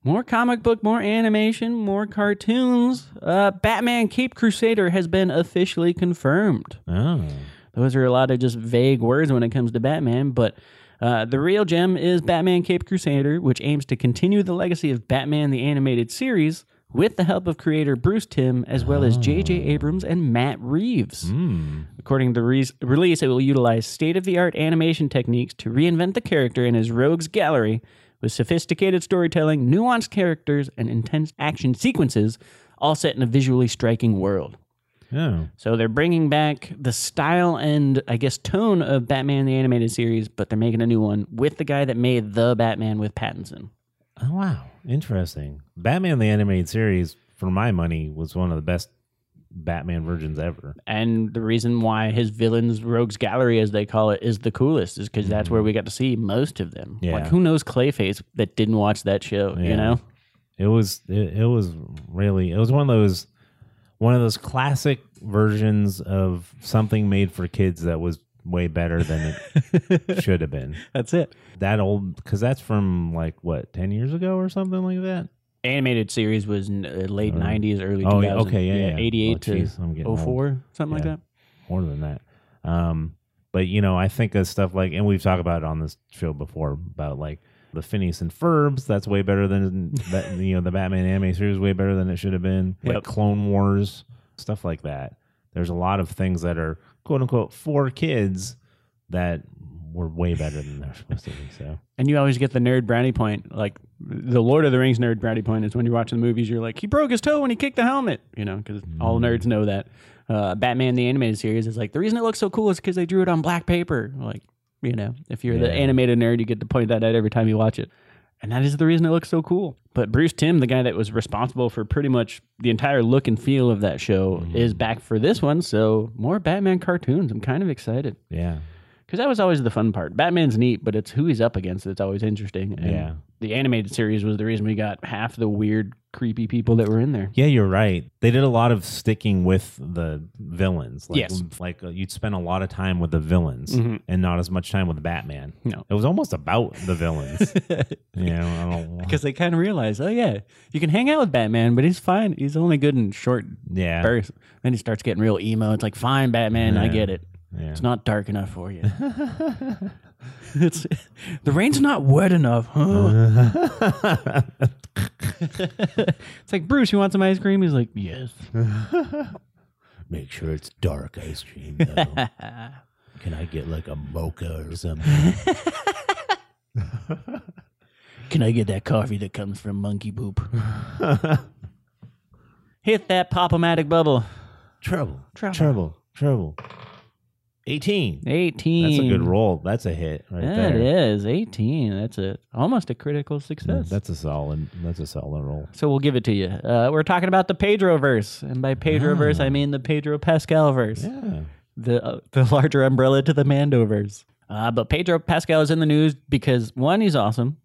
S4: more comic book, more animation, more cartoons. Uh, Batman Cape Crusader has been officially confirmed.
S3: Oh.
S4: Those are a lot of just vague words when it comes to Batman, but uh, the real gem is Batman Cape Crusader, which aims to continue the legacy of Batman the Animated Series with the help of creator Bruce Timm, as well as J.J. Abrams and Matt Reeves.
S3: Hmm.
S4: According to the re- release, it will utilize state of the art animation techniques to reinvent the character in his rogues gallery with sophisticated storytelling, nuanced characters, and intense action sequences, all set in a visually striking world.
S3: Oh.
S4: So they're bringing back the style and, I guess, tone of Batman the Animated Series, but they're making a new one with the guy that made the Batman with Pattinson.
S3: Oh wow. Interesting. Batman the animated series, for my money, was one of the best Batman versions ever.
S4: And the reason why his villains rogues gallery, as they call it, is the coolest is because that's where we got to see most of them.
S3: Mm. Yeah.
S4: Like who knows Clayface that didn't watch that show,
S3: Yeah.
S4: you know?
S3: It was it, it was really it was one of those one of those classic versions of something made for kids that was way better than *laughs* it should have been.
S4: That's it.
S3: That old because that's from like what ten years ago or something like that.
S4: Animated series was in, uh, late
S3: Oh.
S4: 90s, early 2000s.
S3: Oh yeah, okay, yeah, yeah.
S4: eighty
S3: Oh,
S4: eight
S3: jeez, I'm getting
S4: to
S3: old.
S4: 04, something
S3: Yeah.
S4: like
S3: more than that. Um, but you know, I think of stuff like, and we've talked about it on this show before about like the Phineas and Ferbs. That's way better than *laughs* that, you know the Batman anime series. Way better than it should have been. Like
S4: Yep.
S3: Clone Wars, stuff like that. There's a lot of things that are quote unquote for kids that were way better than they're supposed to be. So
S4: And you always get the nerd brownie point. Like the Lord of the Rings nerd brownie point is when you're watching the movies, you're like, he broke his toe when he kicked the helmet, you know, because all nerds know that. Uh, Batman the animated series is like, the reason it looks so cool is because they drew it on black paper. Like, you know, if you're the
S3: Yeah.
S4: animated nerd, you get to point that out every time you watch it. And that is the reason it looks so cool. But Bruce Tim, the guy that was responsible for pretty much the entire look and feel of that show, is back for this one. So more Batman cartoons. I'm kind of excited.
S3: yeah,
S4: Because that was always the fun part. Batman's neat, but it's who he's up against that's always interesting. And
S3: Yeah.
S4: The animated series was the reason we got half the weird, creepy people that were in there.
S3: Yeah, you're right. They did a lot of sticking with the villains. Like,
S4: Yes. Mm-hmm.
S3: Like uh, you'd spend a lot of time with the villains and not as much time with Batman.
S4: No.
S3: It was almost about the
S4: *laughs*
S3: villains. you know, I don't,
S4: Because they kind of realized, oh, yeah, you can hang out with Batman, but he's fine. He's only good in short
S3: yeah.
S4: bursts. Then he starts getting real emo. It's like, fine, Batman, I
S3: Yeah.
S4: get it.
S3: yeah.
S4: It's not dark enough
S1: *laughs*
S4: for you. *laughs*
S1: *laughs*
S4: it's The rain's not wet enough, huh? it's like Bruce, you want some ice cream? He's like, yes.
S1: *laughs* Make sure it's dark ice cream,
S4: *laughs*
S1: though. Can I get like a mocha or something?
S4: *laughs* Can I get that coffee that comes from
S1: *laughs*
S4: monkey poop? Hit that pop-o-matic bubble.
S1: Trouble.
S4: Trouble.
S1: Trouble. Trouble. 18.
S4: Eighteen.
S3: That's a good roll. That's a hit right
S4: That
S3: there.
S4: is eighteen. That's a almost a critical
S3: Yeah,
S4: success.
S3: That's a solid. That's a solid roll.
S4: so we'll give it to you. Uh, we're talking about the Pedro verse, and by Pedro verse, I mean the Pedro Pascal verse.
S3: Ah. Yeah.
S4: the uh, the *laughs* larger umbrella to the Mandovers. Uh, but Pedro Pascal is in the news because one,
S3: *laughs*
S4: he's awesome.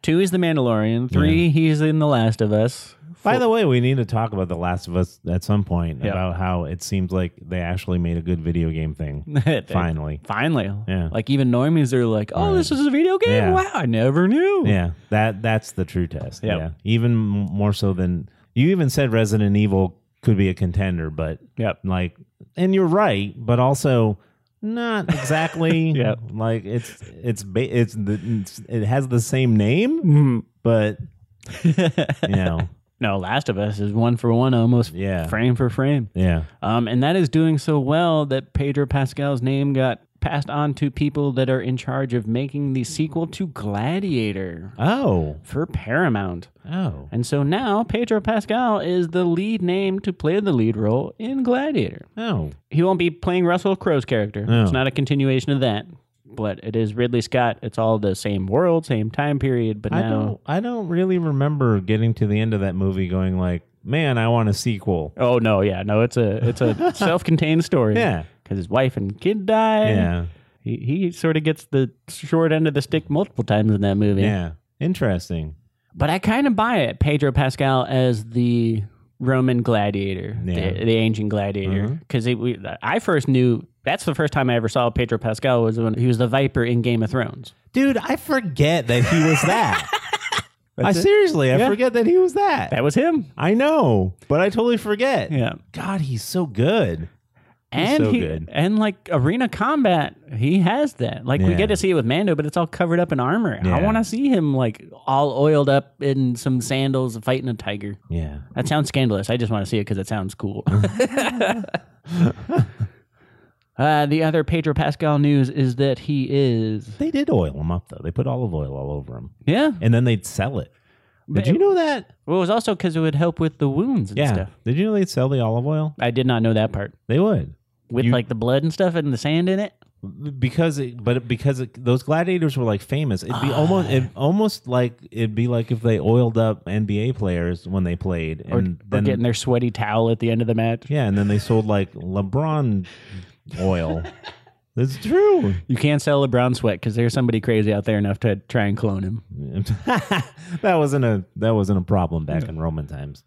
S4: Two, he's the Mandalorian. Three, he's in The Last of Us. *laughs*
S3: By the way, we need to talk about The Last of Us at some point
S4: Yeah.
S3: about how it seems like they actually made a good video game thing. Finally.
S4: Finally.
S3: Yeah.
S4: Like even normies are like, oh, this is a video game?
S3: Yeah.
S4: Wow, I never knew.
S3: Yeah. That that's the true test.
S4: Yep.
S3: Yeah. Even m- more so than you even said Resident Evil could be a contender, but
S4: Yep.
S3: like and you're right, but also
S4: *laughs*
S3: not exactly
S4: Yep.
S3: like it's it's ba- it's, the, it's it has the same name,
S4: Mm-hmm. *laughs*
S3: but you know,
S4: No, Last of Us is one for one almost
S3: Yeah.
S4: frame for frame.
S3: yeah.
S4: Um, and that is doing so well that Pedro Pascal's name got passed on to people that are in charge of making the sequel to Gladiator uh,
S3: Oh.
S4: for Paramount.
S3: Oh.
S4: And so now Pedro Pascal is the lead name to play the lead role in Gladiator.
S3: Oh.
S4: He won't be playing Russell Crowe's character.
S3: No.
S4: It's not a continuation of that, but it is Ridley Scott. It's all the same world, same time period, but
S3: I
S4: now
S3: don't I don't really remember getting to the end of that movie going like, "Man, I want a sequel."
S4: Oh no, yeah, no, it's a
S3: *laughs*
S4: it's a self-contained story.
S3: Yeah.
S4: Cuz his wife and kid die.
S3: Yeah.
S4: He he sort of gets the short end of the stick multiple times in that movie.
S3: Yeah. Interesting.
S4: But I kind of buy it, Pedro Pascal as the Roman gladiator,
S3: Yeah.
S4: the, the ancient gladiator,
S3: Mhm.
S4: because I first knew that's the first time I ever saw Pedro Pascal was when he was the Viper in Game of Thrones.
S3: Dude, I forget that he was that. I
S4: *laughs* That's it.
S3: seriously, I
S4: Yeah.
S3: forget that he was that.
S4: That was him.
S3: I know, but I totally forget.
S4: Yeah,
S3: God, he's so good.
S4: and
S3: so
S4: he
S3: good.
S4: and like arena combat, he has that. Like we
S3: Yeah.
S4: get to see it with Mando, but it's all covered up in armor. I
S3: Yeah.
S4: want to see him like all oiled up in some sandals fighting a tiger.
S3: Yeah.
S4: That sounds scandalous. I just want to see it because it sounds *laughs* cool. uh, the other Pedro Pascal news is that he is.
S3: They did oil him up though. They put olive oil all over him.
S4: Yeah.
S3: And then they'd sell it.
S4: But-
S3: Did you know that?
S4: Well, it was also because it would help with the wounds and
S3: Yeah.
S4: stuff.
S3: Did you know they'd sell the olive oil?
S4: I did not know that part.
S3: They would.
S4: With
S3: You-
S4: like the blood and stuff and the sand in it.
S3: because it, but because it, those gladiators were like famous it'd
S4: Ah.
S3: be almost it almost like it'd be like if they oiled up nba players when they played
S4: Or,
S3: and
S4: or
S3: then
S4: getting their sweaty towel at the end of the match.
S3: yeah and then they sold like lebron oil that's true *laughs*
S4: You can't sell LeBron sweat because there's somebody crazy out there enough to try and clone him.
S3: that wasn't a that wasn't a problem back in roman times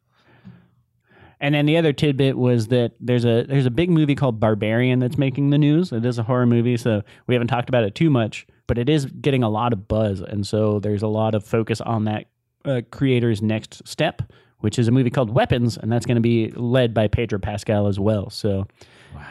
S4: And then the other tidbit was that there's a there's a big movie called Barbarian that's making the news. It is a horror movie, so we haven't talked about it too much, but it is getting a lot of buzz, and so there's a lot of focus on that uh, creator's next step, which is a movie called Weapons, and that's going to be led by Pedro Pascal as well. So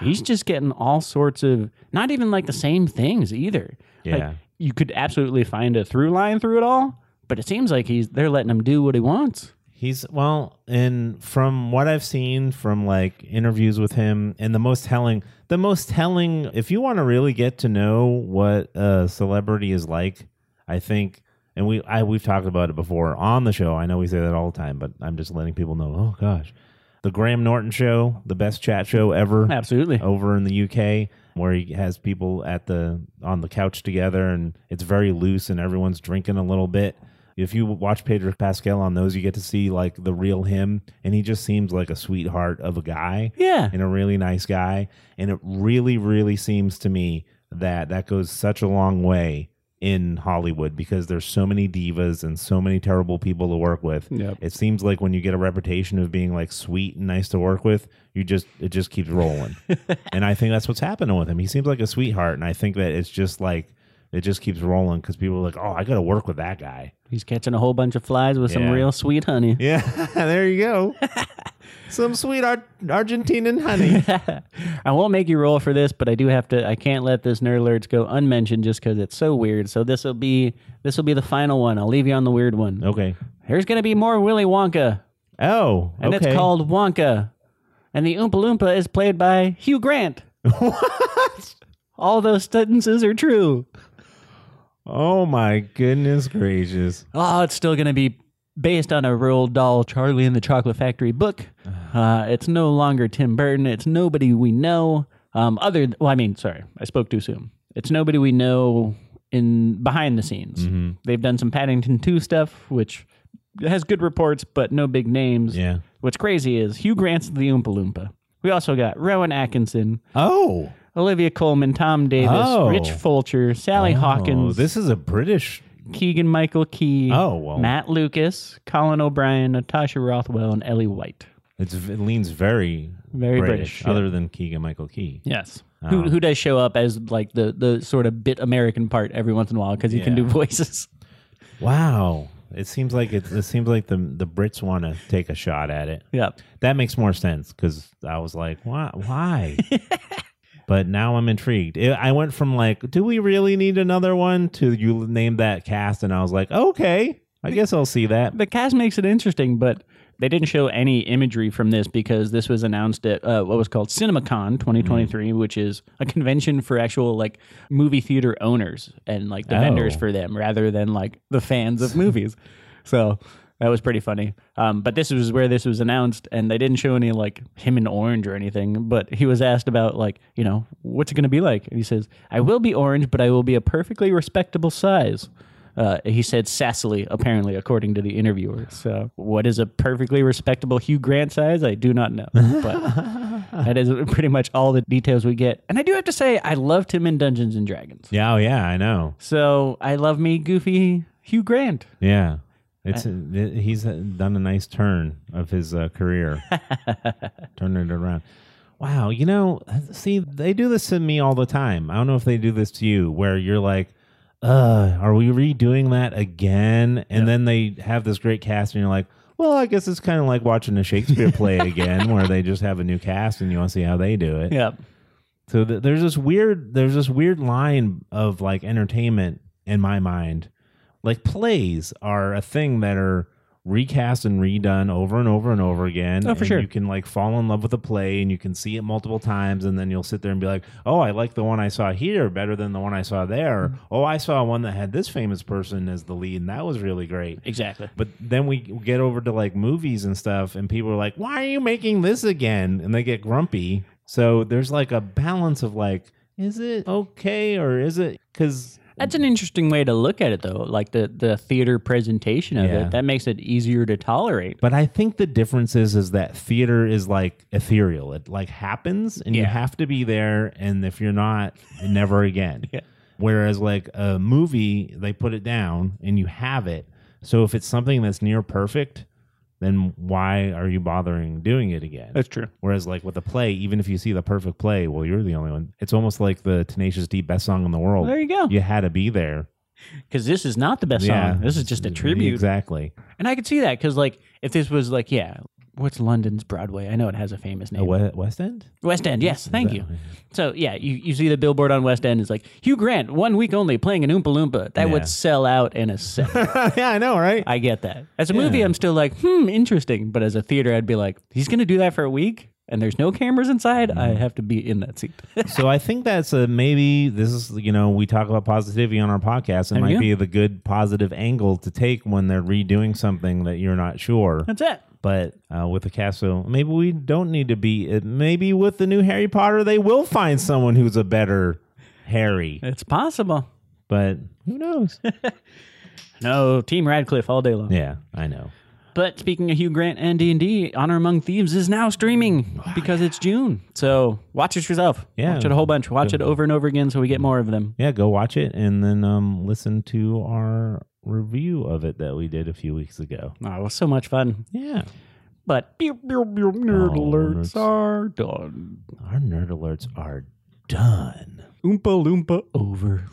S4: he's just getting all sorts of not even like the same things either. Like,
S3: Yeah.
S4: you could absolutely find a through line through it all, but it seems like he's they're letting him do what he wants.
S3: He's well, and from what I've seen from like interviews with him, and the most telling, the most telling, if you want to really get to know what a celebrity is like, I think, and we I we've talked about it before on the show. I know we say that all the time, but I'm just letting people know. Oh gosh, the Graham Norton show, the best chat show ever
S4: Absolutely.
S3: over in the UK where he has people at the on the couch together and it's very loose and everyone's drinking a little bit. If you watch Pedro Pascal on those, you get to see like the real him and he just seems like a sweetheart of a guy
S4: Yeah.
S3: and a really nice guy and it really really seems to me that that goes such a long way in Hollywood because there's so many divas and so many terrible people to work with.
S4: Yep.
S3: It seems like when you get a reputation of being like sweet and nice to work with, you just it just keeps *laughs* rolling. and I think that's what's happening with him. He seems like a sweetheart and I think that it's just like it just keeps rolling cuz people are like, "Oh, I got to work with that guy."
S4: He's catching a whole bunch of flies with some
S3: Yeah.
S4: real
S3: *laughs*
S4: sweet honey. *laughs*
S3: Yeah. there you *laughs* go. Some sweet Ar- Argentinian honey.
S4: I won't make you roll for this, but I do have to. I can't let this nerd alerts go unmentioned just because it's so weird. So this will be this will be the final one. I'll leave you on the weird
S3: *laughs*
S4: one.
S3: okay.
S4: There's going to be more Willy Wonka,
S3: Oh,
S4: and
S3: okay.
S4: it's called Wonka. And the Oompa Loompa is played by Hugh Grant.
S3: *laughs* what?
S4: All those sentences are true.
S3: Oh my goodness gracious!
S4: Oh, it's still going to be based on a real doll Charlie and the Chocolate
S3: *sighs*
S4: Factory book. Uh, it's no longer Tim Burton. It's nobody we know. Um, other, th- well, I mean, sorry, I spoke too soon. It's nobody we know in behind the scenes.
S3: Mhm.
S4: They've done some Paddington Two stuff, which has good reports, but no big names.
S3: Yeah.
S4: What's crazy is Hugh Grant's the Oompa Loompa. We also got Rowan Atkinson,
S3: Oh,
S4: Olivia Coleman, Tom Davis,
S3: Oh.
S4: Rich Fulcher, Sally Hawkins,
S3: This is a British.
S4: Keegan Michael Key,
S3: Oh well,
S4: Matt Lucas, Colin O'Brien, Natasha Rothwell, and Ellie White.
S3: it's, it leans very
S4: Very
S3: British,
S4: British, yeah.
S3: other than Keegan Michael Key.
S4: Yes.
S3: Oh.
S4: Who, who does show up as like the, the sort of bit American part every once in a while because he can do
S3: Yeah.
S4: voices. *laughs*
S3: Wow, it seems like it, it seems like the the Brits want to take a shot at it.
S4: Yeah.
S3: That makes more sense because I was like, why? Why? but now I'm intrigued. It, I went from like, do we really need another one? To you named that cast, and I was like, okay, I guess I'll see that.
S4: The cast makes it interesting, but they didn't show any imagery from this because this was announced at uh, what was called CinemaCon 2023,
S3: Mm.
S4: which is a convention for actual like movie theater owners and like the vendors
S3: Oh.
S4: for them rather than like the fans of movies. So that was pretty funny. Um, but this was where this was announced, and they didn't show any like him in orange or anything. But he was asked about like you know what's it going to be like, and he says, "I will be orange, but I will be a perfectly respectable size." Uh, he said sassily, apparently, according to the interviewer. So, what is a perfectly respectable Hugh Grant size? I do not know, but that is pretty much all the details we get. And I do have to say, I loved him in Dungeons and Dragons.
S3: Yeah, oh yeah, I know.
S4: So I love me goofy Hugh Grant.
S3: Yeah. It's it- he's uh, done a nice turn of his uh, career, turning it around. Wow, you know, uh, see, they do this to me all the time. I don't know if they do this to you, where you're like, "Uh, are we redoing that again?" And then they have this great cast, and you're like, "Well, I guess it's kind of like watching a Shakespeare play again, where they just have a new cast, and you want to see how they do it."
S4: Yep.
S3: So th- there's this weird there's this weird line of like entertainment in my mind. Like plays are a thing that are recast and redone over and over and over again.
S4: Oh, for
S3: and
S4: sure.
S3: You can like fall in love with a play and you can see it multiple times and then you'll sit there and be like, "Oh, I like the one I saw here better than the one I saw there."
S4: Mm-hmm.
S3: Oh, I saw one that had this famous person as the lead and that was really great.
S4: Exactly.
S3: But then we get over to like movies and stuff, and people are like, "Why are you making this again?" And they get grumpy. So there's like a balance of like, is it okay or is it because
S4: That's an interesting way to look at it, though. Like the the theater presentation of
S3: Yeah.
S4: it, that makes it easier to tolerate.
S3: But I think the difference is is that theater is like ethereal. It like happens and you
S4: Yeah.
S3: have to be there and if you're not, never again.
S4: *laughs* Yeah.
S3: Whereas like a movie, they put it down and you have it. So if it's something that's near perfect, then why are you bothering doing it again?
S4: true.
S3: Whereas like with a play, even if you see the perfect play, well you're the only one. It's almost like the Tenacious D best song in the world.
S4: There you go.
S3: You had to be there.
S4: Because this is not the best song. This is just a tribute.
S3: Exactly.
S4: And I could see that because, like, if this was like, yeah, what's London's Broadway? I know it has a famous
S3: A
S4: name.
S3: we- West End? Oh,
S4: West End. Yes, thank you.
S3: Exactly.
S4: So yeah, you, you see the billboard on West End is like Hugh Grant one week only playing an Oompa Loompa. That
S3: Yeah.
S4: would sell out in a second.
S3: yeah, *laughs* I know, right?
S4: I get that. As a movie, I'm still like, hmm, interesting. But as a theater, I'd be like, he's going to do that for a week and there's no cameras inside. I
S3: Mm-hmm.
S4: have to be in that seat. *laughs*
S3: so I think that's a maybe this is you know we talk about positivity on our podcast. It might
S4: you go.
S3: be the good positive angle to take when they're redoing something that you're not sure.
S4: That's it.
S3: But uh, with the cast, so maybe we don't need to be. It, maybe with the new Harry Potter, they will find someone who's a better Harry.
S4: It's possible.
S3: But who knows?
S4: No, Team Radcliffe all day long.
S3: yeah, I know.
S4: But speaking of Hugh Grant and D&D, Honor Among Thieves is now streaming because it's June. So watch it yourself.
S3: Oh, Yeah.
S4: Watch it a whole bunch. Watch it over and over again so we get more of them.
S3: Yeah, go watch it and then um, listen to our review of it that we did a few weeks ago.
S4: Oh, it was so much fun.
S3: Yeah.
S4: But pew, pew, pew, nerd
S3: Oh, nerds.
S4: alerts are done.
S3: Our nerd alerts are done.
S4: Oompa Loompa over.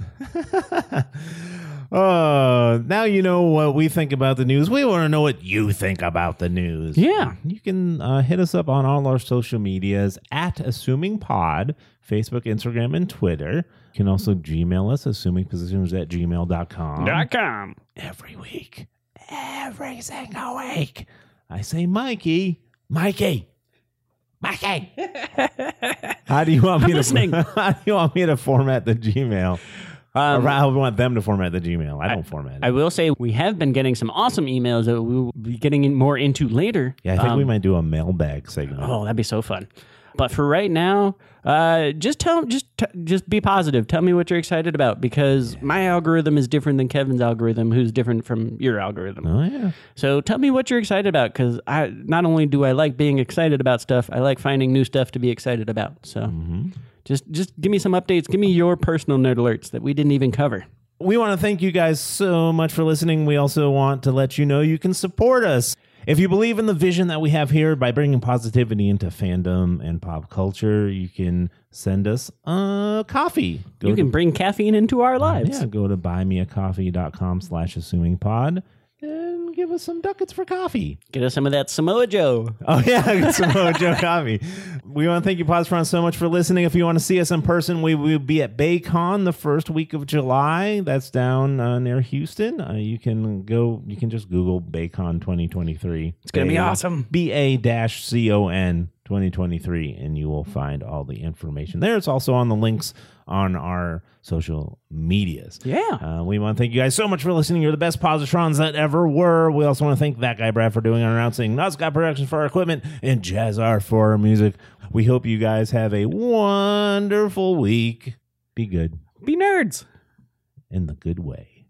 S3: *laughs* Uh, now you know what we think about the news. We want to know what you think about the news.
S4: Yeah.
S3: You can uh, hit us up on all our social medias at Assuming Pod, Facebook, Instagram, and Twitter. You can also Gmail us, assumingpositions at gmail.com.
S4: Dot com.
S3: Every week. every single week. I say, Mikey, Mikey, Mikey. how do you want me
S4: I'm
S3: to *laughs*
S4: listening.
S3: How do you want me to format the Gmail?
S4: Um,
S3: or I want them to format the Gmail. I don't format it.
S4: I will say we have been getting some awesome emails that we will be getting in more into later.
S3: yeah, I think we
S4: Um,
S3: might do a mailbag segment.
S4: Oh, that'd be so fun. But for right now, uh, just tell, just, t- just be positive. Tell me what you're excited about because my algorithm is different than Kevin's algorithm, who's different from your algorithm.
S3: Oh, yeah.
S4: So tell me what you're excited about because I not only do I like being excited about stuff, I like finding new stuff to be excited about. So just, just give me some updates. Give me your personal nerd alerts that we didn't even cover.
S3: We want to thank you guys so much for listening. We also want to let you know you can support us. If you believe in the vision that we have here by bringing positivity into fandom and pop culture, you can send us a coffee. Go
S4: you
S3: to-
S4: can bring caffeine into our lives.
S3: yeah, go to buymeacoffee.com slash assuming pod and give us some ducats for coffee.
S4: Get us some of that Samoa Joe.
S3: Oh *laughs* yeah, some Mojo Kami. We want to thank you, Podfront, so much for listening. If you want to see us in person, we will be at BayCon the first week of July. That's down uh, near Houston. Uh, you can go. You can just Google BayCon 2023. It's
S4: gonna be awesome.
S3: B A dash C O N 2023, and you will find all the information there. It's also on the links on our social medias.
S4: Yeah.
S3: Uh, we want to thank you guys so much for listening. You're the best positrons that ever were. We also want to thank that guy Brad for doing our announcing, Nuzcott Productions for our equipment, and Jazz R for our music. We hope you guys have a wonderful week. Be good
S4: Be nerds.
S3: in the good way.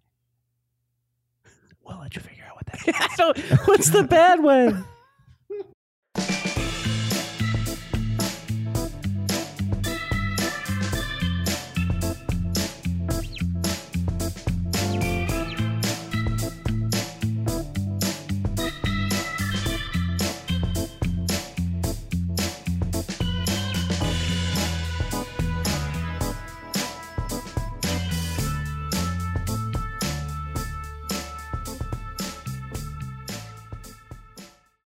S3: We'll let you figure out what that
S4: *laughs* I don't, what's the bad way?